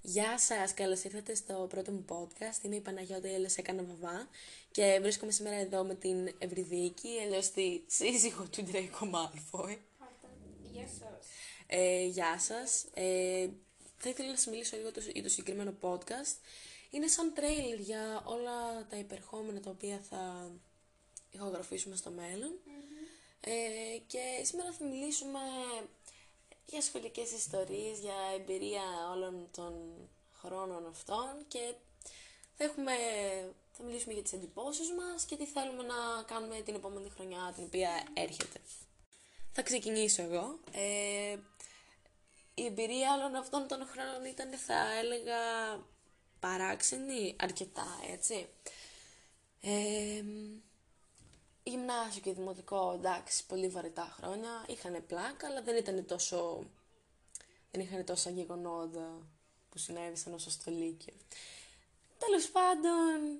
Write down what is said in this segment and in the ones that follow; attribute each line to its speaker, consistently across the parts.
Speaker 1: Γεια σας, καλώς ήρθατε στο πρώτο μου podcast. Είμαι η Παναγιώτα Ελεσέκα Ναβαβά και βρίσκομαι σήμερα εδώ με την Ευρυδίκη, αλλιώς τη σύζυγο του Ντρέικο Μάλφοϊ.
Speaker 2: Γεια σας.
Speaker 1: Ε, γεια σας. Ε, θα ήθελα να σας μιλήσω λίγο το, για το συγκεκριμένο podcast. Είναι σαν τρέιλερ για όλα τα υπερχόμενα τα οποία θα ηχογραφήσουμε στο μελλον Ε, και σήμερα θα μιλήσουμε για σχολικές ιστορίες, για εμπειρία όλων των χρόνων αυτών και θα, έχουμε, θα μιλήσουμε για τις εντυπώσεις μας και τι θέλουμε να κάνουμε την επόμενη χρονιά την οποία έρχεται. Θα ξεκινήσω εγώ. Ε, η εμπειρία όλων αυτών των χρόνων ήταν, θα έλεγα, παράξενη αρκετά, έτσι. Ε, γυμνάσιο και δημοτικό, εντάξει, πολύ βαρετά χρόνια. Είχαν πλάκα, αλλά δεν ήταν τόσο... Δεν είχαν τόσα γεγονότα που συνέβησαν όσο στο Λύκειο. Τέλος πάντων,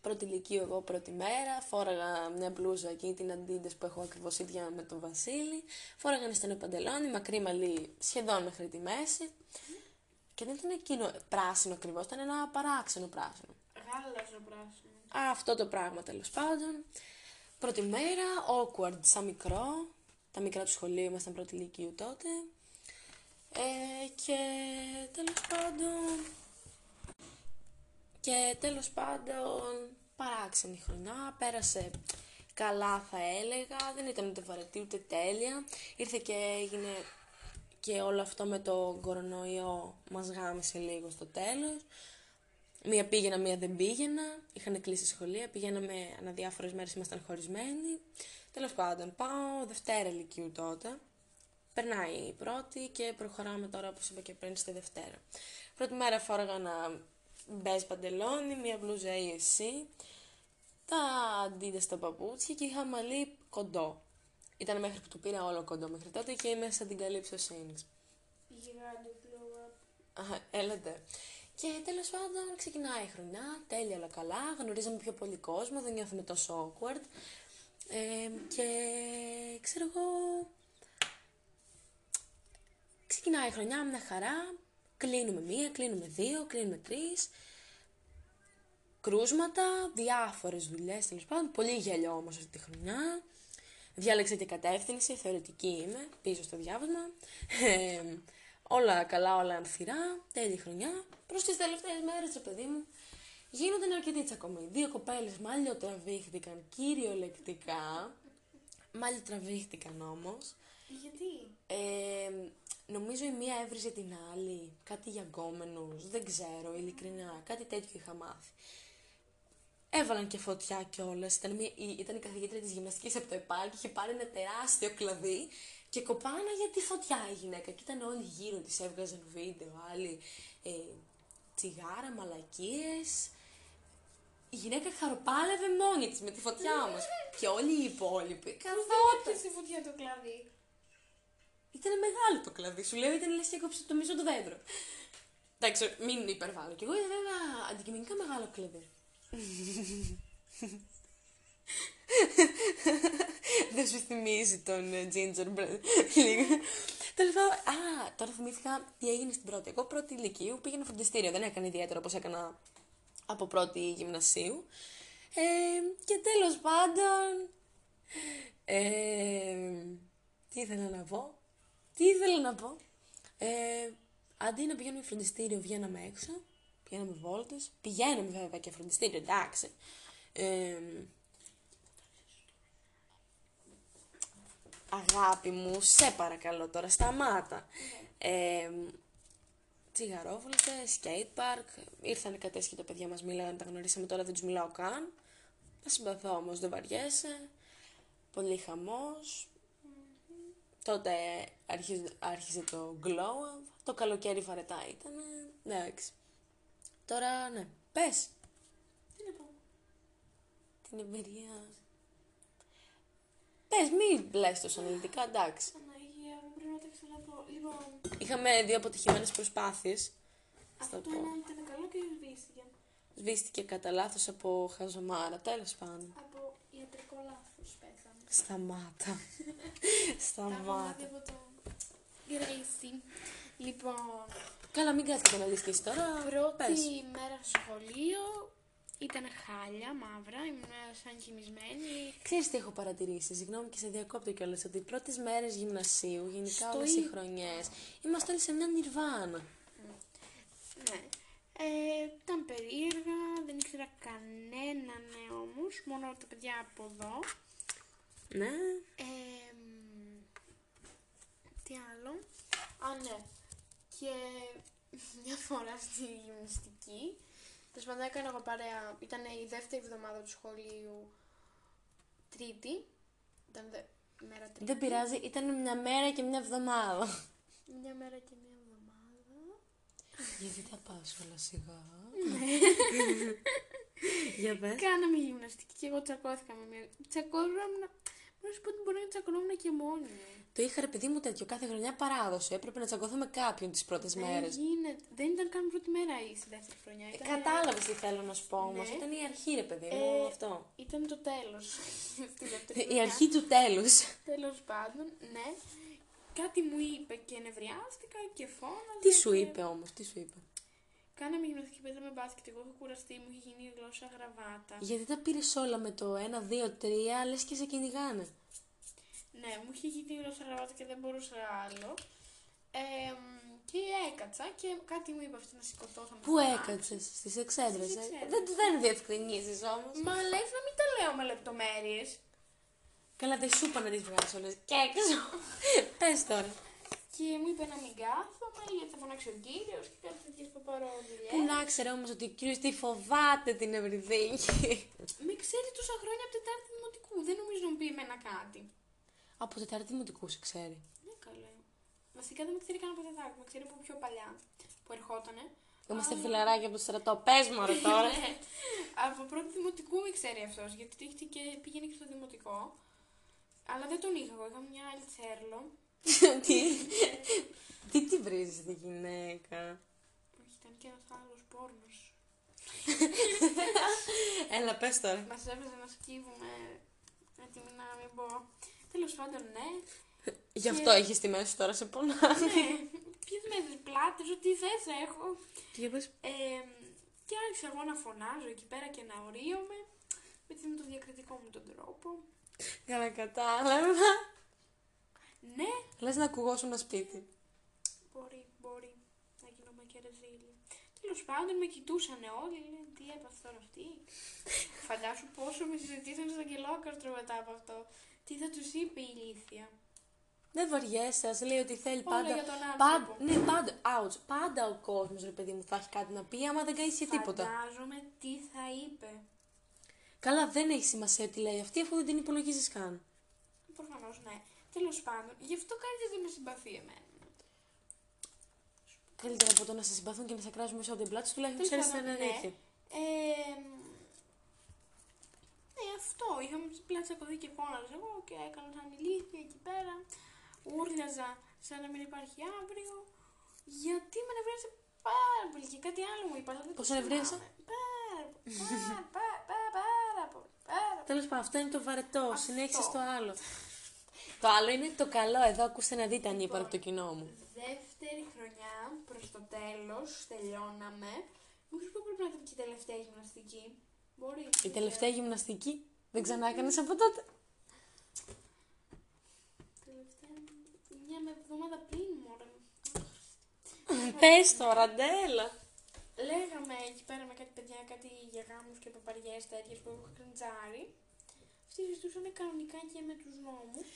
Speaker 1: πρώτη Λυκείου εγώ πρώτη μέρα, φόραγα μια μπλούζα εκεί, την αντίντες που έχω ακριβώς ίδια με τον Βασίλη, φόραγα ένα στενό παντελόνι, μακρύ μαλλί, σχεδόν μέχρι τη μέση. Και δεν ήταν εκείνο πράσινο ακριβώς, ήταν ένα παράξενο πράσινο.
Speaker 2: Γάλαζο πράσινο.
Speaker 1: Αυτό το πράγμα τέλος πάντων. Πρώτη μέρα, awkward, σαν μικρό. Τα μικρά του σχολείου ήμασταν πρώτη ηλικίου τότε. Ε, και τέλος πάντων. Και τέλος πάντων, παράξενη χρονιά, πέρασε καλά θα έλεγα, δεν ήταν ούτε βαρετή ούτε τέλεια. Ήρθε και έγινε και όλο αυτό με το κορονοϊό μας γάμισε λίγο στο τέλος. Μία πήγαινα, μία δεν πήγαινα. Είχαν κλείσει σχολεία, πηγαίναμε ανά διάφορες μέρες, ήμασταν χωρισμένοι. Τέλος πάντων, πάω Δευτέρα ηλικίου τότε. Περνάει η πρώτη και προχωράμε τώρα, όπως είπα και πριν, στη Δευτέρα. Πρώτη μέρα φόραγα ένα μπες παντελόνι, μία μπλούζα ή εσύ. Τα αντίδες στα παπούτσια και είχα μαλλί κοντό. Ήταν μέχρι που το πήρα όλο κοντό μέχρι τότε και είμαι σαν την καλή ψωσύνη.
Speaker 2: Γιγάντι blow up.
Speaker 1: Αχα, Έλατε. Και τέλος πάντων ξεκινάει η χρονιά, τέλεια όλα καλά. Γνωρίζαμε πιο πολύ κόσμο, δεν νιώθουμε τόσο awkward. Ε, και ξέρω εγώ. Ξεκινάει η χρονιά με μια χαρά. Κλείνουμε μία, κλείνουμε δύο, κλείνουμε τρεις. Κρούσματα, διάφορες δουλειές τέλος πάντων. Πολύ γέλιο όμως αυτή τη χρονιά. Διάλεξα και κατεύθυνση, θεωρητική είμαι, πίσω στο διάβασμα. Ε, όλα καλά, όλα ανθυρά, τέλεια χρονιά. Προς τις τελευταίες μέρες, ρε παιδί μου, γίνονταν αρκετοί τσακωμοί. Δύο κοπέλες μαλλιοτραβήχτηκαν κυριολεκτικά. Μαλλιοτραβήχτηκαν όμως.
Speaker 2: Γιατί?
Speaker 1: Ε, νομίζω η μία έβριζε την άλλη. Κάτι για γκόμενους, δεν ξέρω, ειλικρινά. Κάτι τέτοιο είχα μάθει. Έβαλαν και φωτιά κιόλας. Ήταν, μια- η- ήταν η καθηγήτρια της γυμναστικής από το ΕΠΑΛ και είχε πάρει ένα τεράστιο κλαδί και κοπάναγε τη φωτιά η γυναίκα. Και ήταν όλοι γύρω της, έβγαζαν βίντεο, άλλοι ε, τσιγάρα, μαλακίες. Η γυναίκα χαροπάλευε μόνη της με τη φωτιά όμως. και όλοι οι υπόλοιποι. Καρδόταν.
Speaker 2: Πότε στη φωτιά το κλαδί.
Speaker 1: Ήταν μεγάλο το κλαδί, σου λέω ήταν λες και έκοψε το μισό το δέντρο. Εντάξει, μην υπερβάλλω. Κι εγώ είδα ένα αντικειμενικά μεγάλο κλαδί. Δεν σου θυμίζει τον ε, gingerbread. Λίγο. Τέλος πάντων, α, τώρα θυμήθηκα τι έγινε στην πρώτη. Εγώ πρώτη ηλικίου πήγαινα φροντιστήριο, δεν έκανα ιδιαίτερο όπως έκανα από πρώτη γυμνασίου. Ε, και τέλος πάντων, ε, τι ήθελα να πω. Τι ήθελα να πω. Ε, αντί να πηγαίνουμε φροντιστήριο, βγαίναμε έξω. Πηγαίναμε βόλτες. Πηγαίναμε βέβαια και φροντιστήριο, εντάξει. Ε, αγάπη μου, σε παρακαλώ τώρα, σταμάτα. Ε, τσιγαρόβολτες, skate park. Ήρθαν κατές και τα παιδιά μας μίλαγαν, τα γνωρίσαμε τώρα, δεν τους μιλάω καν. Τα συμπαθώ όμως, δεν βαριέσαι. Πολύ χαμός. Τότε άρχιζε, άρχιζε το glow up. Το καλοκαίρι βαρετά ήταν. Εντάξει. Τώρα, ναι. Πες
Speaker 2: Τι να πω.
Speaker 1: την εμπειρία. Πες, μην λες τόσο αναλυτικά, εντάξει.
Speaker 2: Αναγία, μου πρέπει να τα ξαναπώ. Λοιπόν,
Speaker 1: Είχαμε δύο αποτυχημένες προσπάθειες.
Speaker 2: αυτό
Speaker 1: πω.
Speaker 2: το ένα ήταν καλό και σβήστηκε.
Speaker 1: Σβήστηκε κατά λάθος από χαζομάρα, τέλος πάντων.
Speaker 2: Από ιατρικό λάθος πέθανε.
Speaker 1: Σταμάτα.
Speaker 2: Τα έχω μάθει
Speaker 1: Σταμάτα.
Speaker 2: από το Gracie. Λοιπόν,
Speaker 1: Καλά, μην κάτσε και να δεις και εσύ τώρα. Πες.
Speaker 2: Πρώτη μέρα σχολείο ήταν χάλια, μαύρα, ήμουν σαν κοιμισμένη.
Speaker 1: Ξέρεις τι έχω παρατηρήσει, συγγνώμη και σε διακόπτω κιόλας, ότι οι πρώτες μέρες γυμνασίου, γενικά
Speaker 2: Στο
Speaker 1: όλες οι
Speaker 2: ίδιο.
Speaker 1: χρονιές, είμαστε όλοι σε μια νιρβάνα.
Speaker 2: Ναι. Ε, ήταν περίεργα, δεν ήξερα κανέναν ναι, όμως, μόνο τα παιδιά από εδώ.
Speaker 1: Ναι.
Speaker 2: Ε, μ, τι άλλο. Α, ναι. Και μια φορά στη γυμναστική, τέλος πάντων έκανα εγώ παρέα, ήταν η δεύτερη εβδομάδα του σχολείου, τρίτη, ήταν δε, μέρα τρίτη.
Speaker 1: Δεν πειράζει, ήταν μια μέρα και μια εβδομάδα.
Speaker 2: Μια μέρα και μια εβδομάδα.
Speaker 1: Γιατί τα πας όλα σιγά. Ναι. Για πες.
Speaker 2: Κάναμε γυμναστική και εγώ τσακώθηκα με μια. Τσακώνομαι. Μπορώ να σου πω ότι μπορεί να τσακωνόμουν και μόνη. μου.
Speaker 1: Το είχα ρε παιδί μου τέτοιο κάθε χρονιά παράδοση. Έπρεπε να τσακωθώ με κάποιον τις πρώτες
Speaker 2: Δεν
Speaker 1: μέρες.
Speaker 2: γίνεται. Δεν ήταν καν πρώτη μέρα η στη δεύτερη χρονιά.
Speaker 1: Ε,
Speaker 2: Ήταν,
Speaker 1: Κατάλαβες τι θέλω να σου πω όμως.
Speaker 2: Ναι.
Speaker 1: Ήταν η αρχή ρε παιδί
Speaker 2: Ε,
Speaker 1: μου αυτό.
Speaker 2: ήταν το τέλος. στη δεύτερη
Speaker 1: Ε, Η αρχή του τέλους.
Speaker 2: Τέλος πάντων, ναι. Κάτι μου είπε και νευριάστηκα και φώναζα.
Speaker 1: Τι σου
Speaker 2: και-
Speaker 1: είπε όμως, τι σου είπε.
Speaker 2: Κάναμε γυμναστική, παίζαμε μπάσκετ. Εγώ είχα κουραστεί, μου είχε γίνει η γλώσσα γραβάτα.
Speaker 1: Γιατί τα πήρες όλα με το 1, 2, 3, λες και σε κυνηγάνε.
Speaker 2: Ναι, μου είχε γίνει η γλώσσα γραβάτα και δεν μπορούσα άλλο. Ε, μ, και έκατσα και κάτι μου είπε αυτή να σηκωθώ. θα με
Speaker 1: Πού
Speaker 2: φωνάξει.
Speaker 1: έκατσες, στις εξέδρες.
Speaker 2: Στις εξέδρες.
Speaker 1: ε? Δεν, δεν διευκρινίζεις όμως.
Speaker 2: Μα λες να μην τα λέω με λεπτομέρειες.
Speaker 1: Καλά, δεν σου είπα να τις βγάλει όλες. Και έξω. Πες τώρα.
Speaker 2: Και μου είπε να μην κάθομαι γιατί θα φωνάξει ο κύριος και κάτι τέτοιες παπαρόδουλειε.
Speaker 1: Πού να ξέρω όμως ότι ο κύριος τη φοβάται την Ευρυδίκη.
Speaker 2: Με ξέρει τόσα χρόνια από Τετάρτη Δημοτικού. Δεν νομίζω να μου πει εμένα κάτι.
Speaker 1: Από Τετάρτη Δημοτικού σε ξέρει.
Speaker 2: Ναι, καλέ. Βασικά δεν με ξέρει καν από Τετάρτη. Με ξέρει από πιο παλιά που ερχότανε.
Speaker 1: Είμαστε
Speaker 2: Αλλά-
Speaker 1: φιλαράκια από το στρατό. Πες μου ρε, τώρα.
Speaker 2: Ναι. από πρώτη Δημοτικού με ξέρει αυτός γιατί το είχε και πήγαινε και στο Δημοτικό. Αλλά δεν τον είχα εγώ. Είχα μια άλλη τσέρλο.
Speaker 1: τι, τι τη βρίζεις τη γυναίκα.
Speaker 2: Όχι, ήταν και ένας άλλος πόρνος.
Speaker 1: Έλα, πες τώρα.
Speaker 2: Μας έβαζε να σκύβουμε. Με τη μηνά, μην πω. Τέλος πάντων, ναι.
Speaker 1: Γι'
Speaker 2: Και-
Speaker 1: αυτό έχεις τη μέση τώρα σε πολλά.
Speaker 2: ναι. Ποιες με πλάτες, ό,τι θες έχω.
Speaker 1: Για πες.
Speaker 2: Ε, και άρχισα εγώ να φωνάζω εκεί πέρα και να ορίομαι. Γιατί με τον διακριτικό μου τον τρόπο.
Speaker 1: Καλά, κατάλαβα.
Speaker 2: Ναι,
Speaker 1: Λες να ακουγώσουν ένα σπίτι.
Speaker 2: μπορεί, μπορεί να γίνομαι και ρεζίλη. Τέλος πάντων, με κοιτούσαν όλοι. Λένε τι έπαθε τώρα αυτή. Φαντάσου πόσο με συζητήσαν στον κελόκαστρο μετά από αυτό. Τι θα τους είπε η ηλίθεια.
Speaker 1: Δεν βαριέσαι, σα λέει ότι θέλει
Speaker 2: Όλα
Speaker 1: πάντα.
Speaker 2: για τον άνθρωπο.
Speaker 1: Πάντα, ναι, πάντα, ouch, πάντα ο κόσμος ρε παιδί μου θα έχει κάτι να πει άμα δεν κάνει και τίποτα.
Speaker 2: Φαντάζομαι τι θα είπε.
Speaker 1: Καλά, δεν έχει σημασία τι λέει αυτή αφού δεν την υπολογίζεις καν.
Speaker 2: Προφανώς ναι. Τέλος πάντων, γι' αυτό κάτι δεν με συμπαθεί εμένα.
Speaker 1: Καλύτερα από το να σε συμπαθούν και να σε κράζουν μέσα από την πλάτη σου, τουλάχιστον
Speaker 2: Τέλος
Speaker 1: ξέρεις την
Speaker 2: πάντων, ναι.
Speaker 1: αλήθεια.
Speaker 2: Ε, μ, ναι, αυτό. Είχαμε απλά τσακωθεί και φώναζα εγώ και έκανα σαν ηλίθεια εκεί πέρα. Ούρλιαζα σαν να μην υπάρχει αύριο. Γιατί με νευρίασε πάρα πολύ και κάτι άλλο μου είπα. αλλά δεν το
Speaker 1: Πόσο νευρίασε?
Speaker 2: θυμάμαι. Πάρα πολύ. πάρα, πάρα, πάρα, πάρα πολύ. Πάρα
Speaker 1: Τέλος πάντων, αυτό είναι το βαρετό.
Speaker 2: Αυτό.
Speaker 1: Συνέχισε το άλλο. το άλλο είναι το καλό. Εδώ ακούστε να δείτε αν είπα από το κοινό μου.
Speaker 2: Δεύτερη χρονιά προς το τέλος τελειώναμε. Μήπω που πρέπει να ήταν και η τελευταία γυμναστική. Μπορεί.
Speaker 1: Η τελευταία γυμναστική δεν ξανά έκανε από τότε.
Speaker 2: ε, Τελευταία. Μια με εβδομάδα πριν μωρέ. Ναι.
Speaker 1: Πες τώρα, ντέλα.
Speaker 2: Λέγαμε εκεί πέρα με κάτι παιδιά, κάτι για γάμους και παπαριές τέτοιες που έχουν κριτζάρι. Αυτοί συζητούσαν κανονικά και με τους νόμους.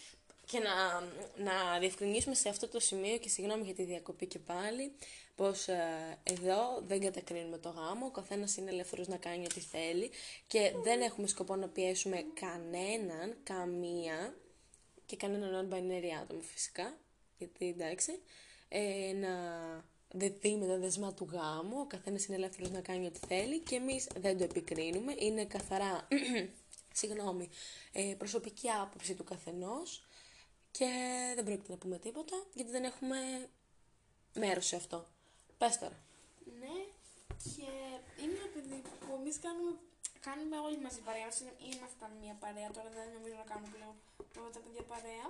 Speaker 1: Και να, να διευκρινίσουμε σε αυτό το σημείο και συγγνώμη για τη διακοπή και πάλι πως ε, εδώ δεν κατακρίνουμε το γάμο, ο καθένας είναι ελεύθερος να κάνει ό,τι θέλει και δεν έχουμε σκοπό να πιέσουμε κανέναν, καμία και κανέναν non-binary άτομο φυσικά, γιατί εντάξει, ε, να δεθεί με τα δεσμά του γάμου, ο καθένας είναι ελεύθερος να κάνει ό,τι θέλει και εμείς δεν το επικρίνουμε, είναι καθαρά, συγγνώμη, ε, προσωπική άποψη του καθενός και δεν πρόκειται να πούμε τίποτα γιατί δεν έχουμε μέρος σε αυτό. Πες τώρα.
Speaker 2: Ναι, και είναι ένα παιδί που εμείς κάνουμε, κάνουμε όλοι μαζί παρέα. Όσοι Ήμασταν μια παρέα, τώρα δεν νομίζω να κάνουμε πλέον όλα τα παιδιά παρέα.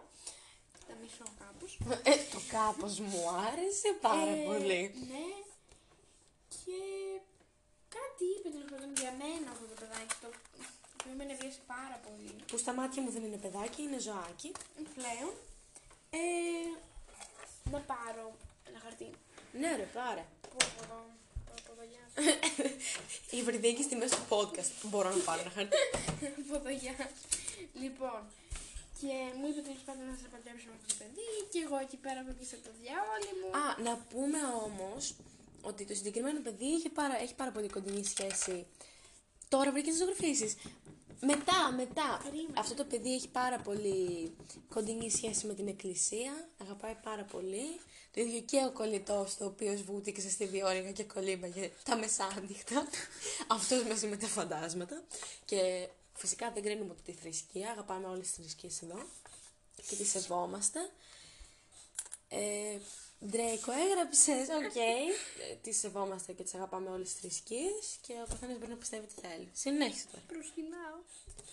Speaker 2: Τα μισώ κάπως.
Speaker 1: Ε, το κάπως μου άρεσε πάρα
Speaker 2: Ε,
Speaker 1: πολύ.
Speaker 2: Ναι, είπε τέλο πάντων για μένα αυτό το παιδάκι, το οποίο με ενευρίασε πάρα πολύ.
Speaker 1: Που στα μάτια μου δεν είναι παιδάκι, είναι ζωάκι.
Speaker 2: Πλέον, ε, να πάρω ένα χαρτί.
Speaker 1: Ναι, ρε, πάρε.
Speaker 2: Πού από εδώ, από εδώ, γεια σου.
Speaker 1: Η βρυδίκη στη μέση του podcast. Μπορώ να πάρω ένα χαρτί.
Speaker 2: από εδώ, γεια σου. Λοιπόν, και μου είπε τέλο πάντων να σα παντρέψουμε αυτό το παιδί, και εγώ εκεί πέρα βρίσκα το διάολο μου.
Speaker 1: Α, να πούμε όμως ότι το συγκεκριμένο παιδί είχε πάρα, έχει πάρα πολύ κοντινή σχέση. Τώρα βρήκες τι ζωγραφίσει. Μετά, μετά.
Speaker 2: Κρίμα.
Speaker 1: Αυτό το παιδί έχει πάρα πολύ κοντινή σχέση με την εκκλησία. Αγαπάει πάρα πολύ. Το ίδιο και ο κολλητός, το οποίος βούτυξε στη διόρυγα και κολύμπαγε τα μεσάνυχτα. Αυτός μαζί με τα φαντάσματα. Και φυσικά δεν κρίνουμε ούτε τη θρησκεία. Αγαπάμε όλες τις θρησκείες εδώ. Και τις σεβόμαστε. Ε, Ντρέικο, έγραψες. Οκ. Ε, τι σεβόμαστε και τι αγαπάμε όλες τις θρησκείες. Και ο καθένας μπορεί να πιστεύει τι θέλει. Συνέχισε τώρα.
Speaker 2: Προσκυνάω.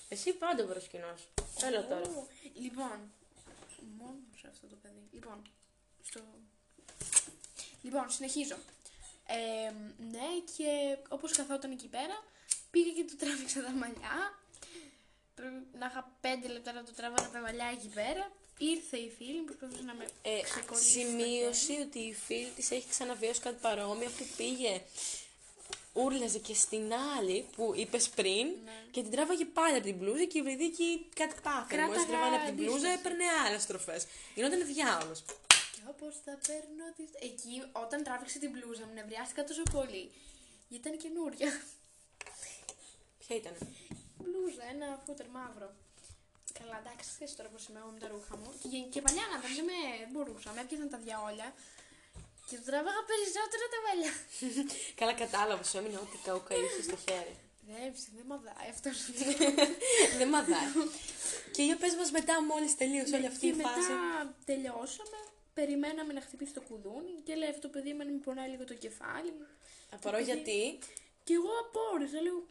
Speaker 1: Εσύ πάντα προσκυνό. Έλα τώρα.
Speaker 2: Ω, Λοιπόν, μόνο σε αυτό το παιδί. Λοιπόν, στο... Λοιπόν, συνεχίζω. Ε, ναι, και όπως καθόταν εκεί πέρα, πήγα και του τράβηξα τα μαλλιά. Πρέπει να είχα πέντε λεπτά να του τράβαγα τα μαλλιά εκεί πέρα. Ήρθε η φίλη μου, προσπαθούσε να με
Speaker 1: Ε,
Speaker 2: ξεκολλήσει.
Speaker 1: σημείωση ότι η φίλη της έχει ξαναβιώσει κάτι παρόμοιο που πήγε ούρλιαζε και στην άλλη που είπες πριν και την τράβαγε πάλι από την μπλούζα και η Βρυδίκη κάτι πάθαινε. Μόλις την
Speaker 2: Κράταγα
Speaker 1: τραβάνε από την μπλούζα
Speaker 2: αντίσταση.
Speaker 1: έπαιρνε άλλες τροφές. Γινόταν διάολος.
Speaker 2: Και όπως θα παίρνω τις... Εκεί όταν τράβηξε την μπλούζα μου νευριάστηκα τόσο πολύ. Γιατί ήταν καινούρια.
Speaker 1: Ποια ήταν.
Speaker 2: μπλούζα, ένα φούτερ μαύρο. Καλά, εντάξει, ξέρει τώρα πώς είμαι εγώ με τα ρούχα μου. Και, γεν- και παλιά να τα δεν με μπορούσα, με έπιασαν τα διαόλια. Και του τραβάγα περισσότερο τα μαλλιά.
Speaker 1: Καλά κατάλαβα, σου έμεινε ό,τι καουκα είχες στο χέρι.
Speaker 2: Δεν δεν μαδάει αυτό.
Speaker 1: Δεν μαδάει. και για πες μας μετά μόλις τελείωσε όλη αυτή η
Speaker 2: και μετά
Speaker 1: φάση.
Speaker 2: τελειώσαμε. Περιμέναμε να χτυπήσει το κουδούνι και λέει αυτό το παιδί εμένα μου πονάει λίγο το κεφάλι μου.
Speaker 1: Απορώ
Speaker 2: επειδή-
Speaker 1: γιατί.
Speaker 2: Και εγώ απόρρισα, λέω,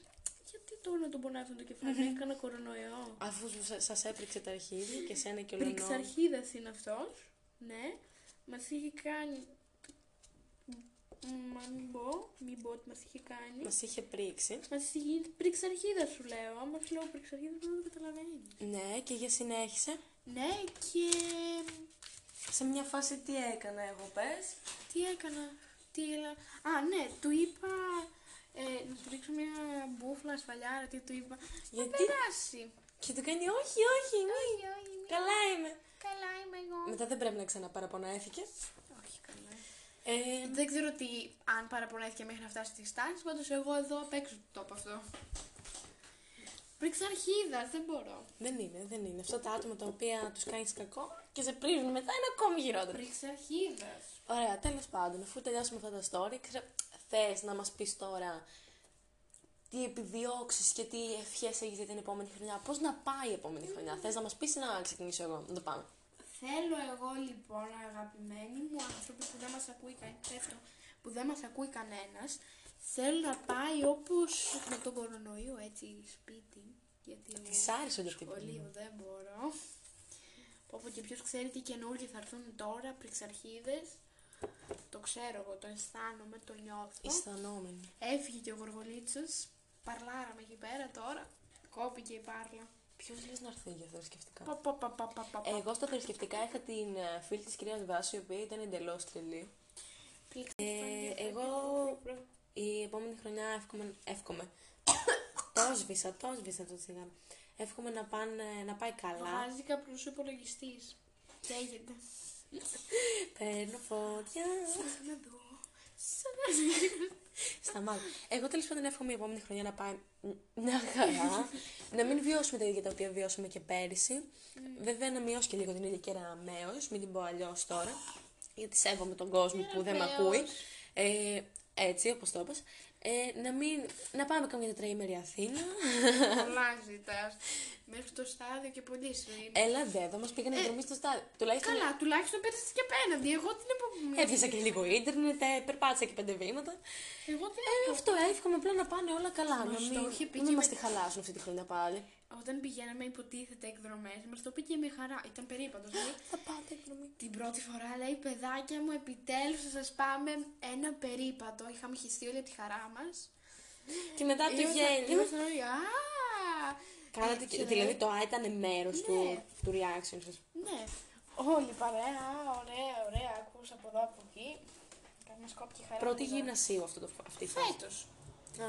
Speaker 2: γιατί τώρα να τον πονάει αυτό το κεφάλι, έκανα κορονοϊό.
Speaker 1: Αφούς σου- σας έπληξε τα αρχίδια και σένα και ολονό.
Speaker 2: Πριξαρχίδας είναι αυτός. Ναι. Μας είχε κάνει. Μ, Μα μην πω, μην πω ότι μας είχε κάνει.
Speaker 1: Μας είχε πρίξει.
Speaker 2: Μας είχε γίνει πριξαρχίδα σου λέω. Άμα σου λέω πριξαρχίδα δεν το καταλαβαίνεις.
Speaker 1: Ναι, και για συνέχισε.
Speaker 2: Ναι, και.
Speaker 1: Σε μια φάση τι έκανα εγώ, πες.
Speaker 2: Τι έκανα. Τι έλα. Α, ναι, του είπα. Ε, να του ρίξω μια μπουφλα σφαλιάρα, Ε, τι Ε, του είπα. Θα
Speaker 1: Γιατί?
Speaker 2: περάσει.
Speaker 1: Και του κάνει όχι, όχι, μη.
Speaker 2: Όχι, όχι, μη-
Speaker 1: Καλά είμαι.
Speaker 2: Καλά είμαι εγώ.
Speaker 1: Μετά δεν πρέπει να ξαναπαραπονέθηκε.
Speaker 2: Όχι, καλά.
Speaker 1: Ε,
Speaker 2: Δεν ξέρω τι, αν παραπονέθηκε μέχρι να φτάσει στη στάση, πάντως εγώ εδώ απ' έξω το είπα αυτό. Πρίξα αρχίδα, δεν μπορώ.
Speaker 1: δεν είναι, δεν είναι. Αυτά τα άτομα τα οποία τους κάνεις κακό και σε πρίζουν μετά είναι ακόμη χειρότερα.
Speaker 2: Πρίξα αρχίδα.
Speaker 1: Ωραία, τέλος πάντων, αφού τελειώσουμε αυτά τα story, ξε... θες να μας πεις τώρα τι επιδιώξεις και τι ευχές έχεις για την επόμενη χρονιά. Πώς να πάει η επόμενη χρονιά. Θες να μας πεις ή να ξεκινήσω εγώ. Να το πάμε.
Speaker 2: Θέλω εγώ λοιπόν, αγαπημένοι μου άνθρωποι που δεν μας ακούει κανένας, που δεν μας ακούει κανένας, θέλω να πάει όπως με τον κορονοϊό έτσι σπίτι, γιατί εγώ
Speaker 1: Της άρεσε όλη αυτή η
Speaker 2: σχολείο δεν μπορώ. Όπου και ποιος ξέρει τι καινούργιοι θα έρθουν τώρα, πριξαρχίδες. Το ξέρω εγώ, το αισθάνομαι, το νιώθω.
Speaker 1: Αισθανόμενη.
Speaker 2: Έφυγε και ο Γοργολίτσος. Παρλάραμε εκεί πέρα τώρα. Κόπηκε η πάρλα.
Speaker 1: Ποιος λες να έρθει για θρησκευτικά.
Speaker 2: Πα, πα, πα, πα, πα, πα, πα.
Speaker 1: Εγώ στα θρησκευτικά είχα την ε, φίλη της κυρίας Βάση, η οποία ήταν εντελώς τρελή. Ε, εγώ η επόμενη χρονιά εύχομαι. εύχομαι. το σβήσα, το σβήσα το τσιγάρο. Εύχομαι να, πάνε, να πάει καλά.
Speaker 2: Βάζει καπνούς ο υπολογιστής. Καίγεται.
Speaker 1: Παίρνω φωτιά.
Speaker 2: Σαν να δω. Σαν να δω.
Speaker 1: Σταμάτα. Εγώ τέλος πάντων εύχομαι η επόμενη χρονιά να πάει μια χαρά. να μην βιώσουμε τα ίδια τα οποία βιώσαμε και πέρυσι. Βέβαια να μειώσει και λίγο την ηλικία αμέω, μην την πω αλλιώς τώρα. Γιατί σέβομαι τον κόσμο που δεν με
Speaker 2: Αμέως.
Speaker 1: ακούει. Ε, έτσι, όπως το είπες. Ε, να, μην, να πάμε καμιά τετραήμερη Αθήνα.
Speaker 2: Πολλά ζητάς. Μέχρι το στάδιο και πολύ
Speaker 1: Ε,
Speaker 2: σου είναι.
Speaker 1: Έλα δε, εδώ μας πήγανε ε, στο στάδιο. Τουλάχιστον
Speaker 2: Καλά, τουλάχιστον πέτασες και απέναντι. Εγώ την επόμενη.
Speaker 1: έπιασα και λίγο ίντερνετ, ε, περπάτησα και πέντε βήματα.
Speaker 2: Εγώ την
Speaker 1: Ε, αυτό εύχομαι απλά να πάνε όλα καλά. να
Speaker 2: Μας το
Speaker 1: μην,
Speaker 2: είχε πει
Speaker 1: να
Speaker 2: και
Speaker 1: μην μας
Speaker 2: με-
Speaker 1: τη χαλάσουν αυτή τη χρονιά πάλι.
Speaker 2: Όταν πηγαίναμε υποτίθεται εκδρομές, μας το πήγε με χαρά. Ήταν περίπατος. λέει.
Speaker 1: Θα πάτε εκδρομή.
Speaker 2: Την πρώτη φορά λέει παιδάκια μου επιτέλους θα σας πάμε ένα περίπατο. Είχαμε χυστεί όλη τη χαρά μας.
Speaker 1: Και μετά του γέλιο.
Speaker 2: Ήμασταν όλοι. Α! ε,
Speaker 1: Κάνατε, και-
Speaker 2: έτσι,
Speaker 1: δηλαδή το Α ήταν μέρος του, του reaction σας.
Speaker 2: Ναι. Όλοι παρέα. «Α, Ωραία, ωραία. Ακούς από εδώ, από εκεί. Κάνουμε σκόπ και χαρά.
Speaker 1: Πρώτη
Speaker 2: Ωραία.
Speaker 1: γυμνασίου αυτό το, αυτή η
Speaker 2: Ε.
Speaker 1: φάση.
Speaker 2: Φέτος.
Speaker 1: Α.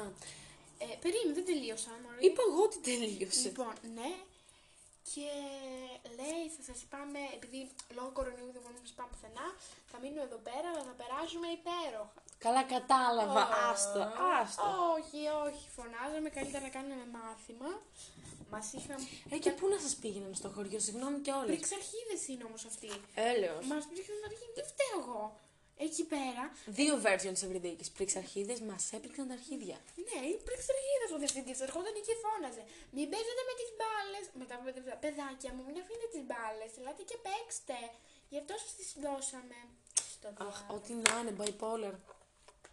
Speaker 2: Ε, περίμενε, δεν τελείωσα. μωρή.
Speaker 1: Είπα εγώ ότι τελείωσε.
Speaker 2: Λοιπόν, ναι. Και λέει, θα σας πάμε, επειδή λόγω κορονοϊού δεν μπορούμε να σας πάμε πουθενά, θα μείνουμε εδώ πέρα, αλλά θα περάσουμε υπέροχα.
Speaker 1: Καλά κατάλαβα.
Speaker 2: Α,
Speaker 1: Άστα, άστα.
Speaker 2: Όχι, όχι, φωνάζαμε. Καλύτερα να κάνουμε μάθημα. Μας είχαν.
Speaker 1: Ε, και πού να σας πήγαιναν στο χωριό, συγγνώμη και όλες.
Speaker 2: Πρεξαρχίδες είναι όμως αυτοί.
Speaker 1: Έλεος.
Speaker 2: Μας πήρξαν τα αρχή, δεν φταίω εγώ. Εκεί πέρα,
Speaker 1: Δύο versions ευρυδίκης. Πρίξαρχίδες μας έπληξαν τα αρχίδια.
Speaker 2: ναι, πρεξαρχίδε ο διευθυντή. Ερχόταν εκεί και φώναζε. Μην παίζετε με τις μπάλες. Μετά από τα παιδάκια μου, μην αφήνετε τις μπάλες. Ελάτε και παίξτε. Γι' αυτό σας τις δώσαμε. Στο
Speaker 1: Αχ,
Speaker 2: διάλογο.
Speaker 1: ό,τι να είναι, bipolar.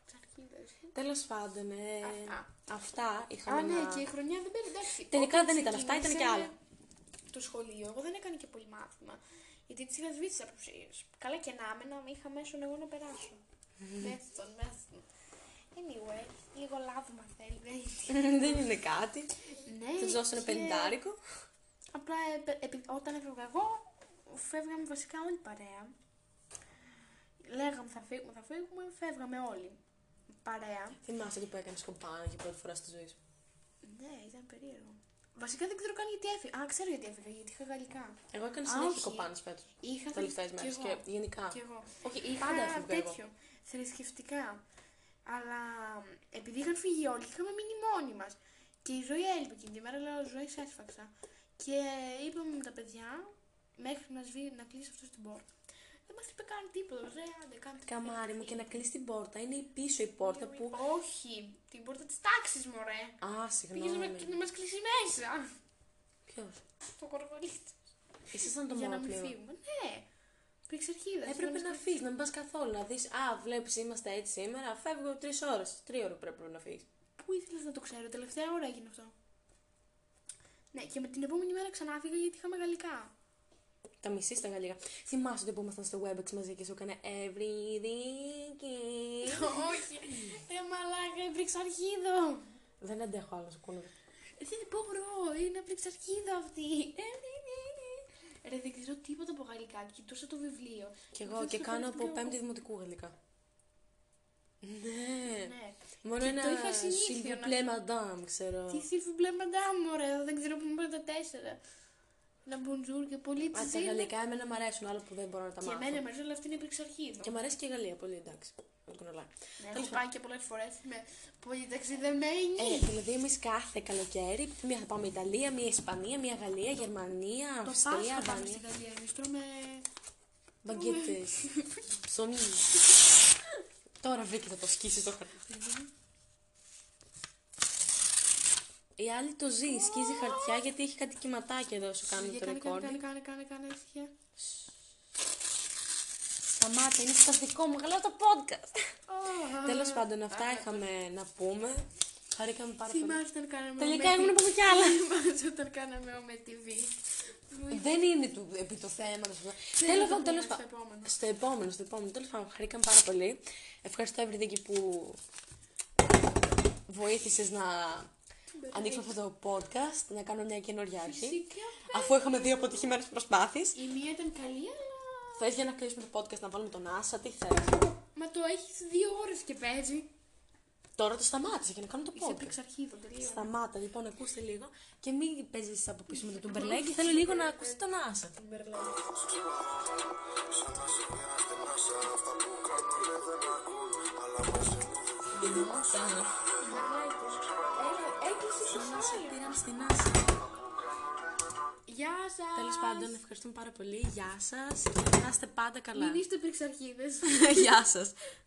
Speaker 2: Ψαρχίδες.
Speaker 1: Τέλος πάντων, ε,
Speaker 2: Αυτά.
Speaker 1: αυτά είχαμε
Speaker 2: Α, ναι,
Speaker 1: να-
Speaker 2: και η χρονιά δεν πήρε. Εντάξει.
Speaker 1: Τελικά
Speaker 2: όταν
Speaker 1: δεν ήταν αυτά, ήταν
Speaker 2: ξεκίνησε
Speaker 1: και άλλα.
Speaker 2: Το σχολείο, εγώ δεν έκανα και πολύ μάθημα. Γιατί τις είχα σβήσει τι απουσίε. Καλά και να άμενα, με είχα μέσον εγώ να περάσω. Μέσον, μέσον. Anyway, λίγο λάβμα θέλει. δεν είναι.
Speaker 1: Δεν είναι κάτι.
Speaker 2: ναι,
Speaker 1: Θα τους δώσω ένα
Speaker 2: και
Speaker 1: πενηντάρικο.
Speaker 2: Απλά ε, ε, επει- όταν έφευγα εγώ, φεύγαμε βασικά όλη παρέα. Λέγαμε θα φύγουμε, θα φύγουμε, φεύγαμε όλοι. Παρέα.
Speaker 1: Θυμάστε το που έκανες κομπάνα για πρώτη φορά στη ζωή σου.
Speaker 2: Ναι, ήταν περίεργο. Βασικά δεν ξέρω καν γιατί έφυγα. Α, ξέρω γιατί έφυγα, γιατί είχα γαλλικά.
Speaker 1: Εγώ έκανα
Speaker 2: Α,
Speaker 1: συνέχεια
Speaker 2: όχι.
Speaker 1: κοπάνες φέτος.
Speaker 2: Είχα
Speaker 1: Τελευταίες μέρες
Speaker 2: εγώ.
Speaker 1: και γενικά.
Speaker 2: Κι εγώ.
Speaker 1: Όχι,
Speaker 2: Είχα
Speaker 1: πάντα έφευγα εγώ.
Speaker 2: τέτοιο. Θρησκευτικά. Αλλά επειδή είχαν φύγει όλοι, είχαμε μείνει μόνοι μας. Και η ζωή έλειπε εκείνη τη μέρα, λέω: Ζωή, σε έσφαξα. Και είπαμε με τα παιδιά, μέχρι να, σβή, να κλείσει αυτό την πόρτα. Δεν μας είπε καν τίποτα. Ρε, άντε, κάντε.
Speaker 1: Καμάρι μου και να κλείσει την πόρτα. Είναι η πίσω η πόρτα που.
Speaker 2: Όχι, την πόρτα της τάξης μου, ρε.
Speaker 1: Α,
Speaker 2: Πήγες να
Speaker 1: συγγνώμη.
Speaker 2: μας κλείσει μέσα.
Speaker 1: Ποιος.
Speaker 2: Το κορδολί
Speaker 1: Ήσασταν το
Speaker 2: Για να
Speaker 1: μόνο
Speaker 2: μην
Speaker 1: πλέον.
Speaker 2: φύγουμε. Ναι. Πριξαρχίδα.
Speaker 1: Έπρεπε να φύγεις, να μην πας καθόλου. Να δεις, Α, βλέπεις, είμαστε έτσι σήμερα. Φεύγω τρεις ώρες. Τρία ώρα πρέπει να φύγεις.
Speaker 2: Πού ήθελα να το ξέρω, τελευταία ώρα έγινε αυτό. Ναι, και με την επόμενη μέρα ξανά φύγα γιατί είχαμε γαλλικά.
Speaker 1: Τα μισή στα γαλλικά. Θυμάσαι ότι που ήμασταν στο WebEx μαζί και σου έκανε Ευρυδίκη.
Speaker 2: Όχι, ρε Ε, μαλάκα, πριξαρχίδο.
Speaker 1: Δεν αντέχω άλλο κούνο.
Speaker 2: Δεν μπορώ, είναι πριξαρχίδο αυτή. Ε, ναι, ναι, ναι. Ρε, δεν ξέρω τίποτα από γαλλικά. Κοιτούσα το βιβλίο.
Speaker 1: Κι εγώ και
Speaker 2: στο
Speaker 1: κάνω από
Speaker 2: βιβλίο.
Speaker 1: πέμπτη δημοτικού γαλλικά. Ναι.
Speaker 2: Ναι.
Speaker 1: Μόνο
Speaker 2: Και
Speaker 1: ένα
Speaker 2: το είχα συνήθεια να-
Speaker 1: σιμπιπλέ μαντάμ, ξέρω.
Speaker 2: Τι σύμφου μπλε μαντάμ, ωραία, δεν ξέρω που μου πήρε τα τέσσερα. Να μπουντζούρ και πολύ
Speaker 1: Α, τα
Speaker 2: τσιζί.
Speaker 1: γαλλικά εμένα μου αρέσουν, άλλο που δεν μπορώ να τα
Speaker 2: Και
Speaker 1: μάθω.
Speaker 2: εμένα μαζί, αλλά αυτή είναι πριξαρχίδο.
Speaker 1: Και μου αρέσει και η Γαλλία πολύ, εντάξει. Δεν κουνελάει.
Speaker 2: Ναι, έχω πάει και πολλές φορές. Είμαι πολύ ταξιδεμένη.
Speaker 1: Ε, δηλαδή, εμείς κάθε καλοκαίρι, μία θα πάμε Ιταλία, μία Ισπανία, μία Γαλλία, Γερμανία,
Speaker 2: Το
Speaker 1: Αυστρία,
Speaker 2: Πάσχα πάμε
Speaker 1: Αλβανία.
Speaker 2: στη Γαλλία. Εμείς τρώμε.
Speaker 1: Μπαγκέτες. Ψωμί. Τώρα βρήκε θα το σκίσει το χαρτί. Η άλλη το ζει, σκίζει χαρτιά γιατί έχει κάτι κυματάκια εδώ σου κάνουν
Speaker 2: Για
Speaker 1: το
Speaker 2: κάνε,
Speaker 1: ρεκόρ.
Speaker 2: κάνε, κάνε, κάνε, κάνε, ησυχία.
Speaker 1: Σταμάτα, είναι στο δικό μου, καλά το podcast.
Speaker 2: Ω,
Speaker 1: Τέλος πάντων, αυτά είχαμε να πούμε. Χαρήκαμε πάρα πολύ.
Speaker 2: Θυμάστε όταν κάναμε.
Speaker 1: Τελικά
Speaker 2: ήμουν
Speaker 1: ήμουν από κι άλλα.
Speaker 2: Θυμάστε όταν κάναμε ο TV.
Speaker 1: Δεν είναι του, επί το θέμα. Τέλος πάντων, τέλο πάντων. Στο επόμενο, στο επόμενο. Τέλος πάντων, χαρήκαμε πάρα πολύ. Ευχαριστώ, Ευρυδίκη, που βοήθησες να ανοίξω αυτό το podcast, να κάνω μια καινούργια αρχή.
Speaker 2: Φυσικά.
Speaker 1: Αφού είχαμε δύο αποτυχημένες προσπάθειες.
Speaker 2: Η μία ήταν καλή, αλλά.
Speaker 1: Θε για να κλείσουμε το podcast να βάλουμε τον Άσα, τι θέλει.
Speaker 2: Μα το έχεις δύο ώρες και παίζει.
Speaker 1: Τώρα το σταμάτησε για να κάνω το
Speaker 2: Είσαι
Speaker 1: podcast.
Speaker 2: πριξαρχίδο, τελείω.
Speaker 1: Σταμάτα, λοιπόν, ακούστε λίγο και μην παίζεις από πίσω με το τουμπερλέκι. Θέλω λίγο να ακούσετε τον Άσα.
Speaker 2: Ε,
Speaker 1: Σε πήραν στην Άσα.
Speaker 2: Γεια σας.
Speaker 1: Τέλος πάντων, ευχαριστούμε πάρα πολύ. Γεια σας και να είστε πάντα καλά.
Speaker 2: Μην είστε πριξαρχίδες.
Speaker 1: Γεια σας.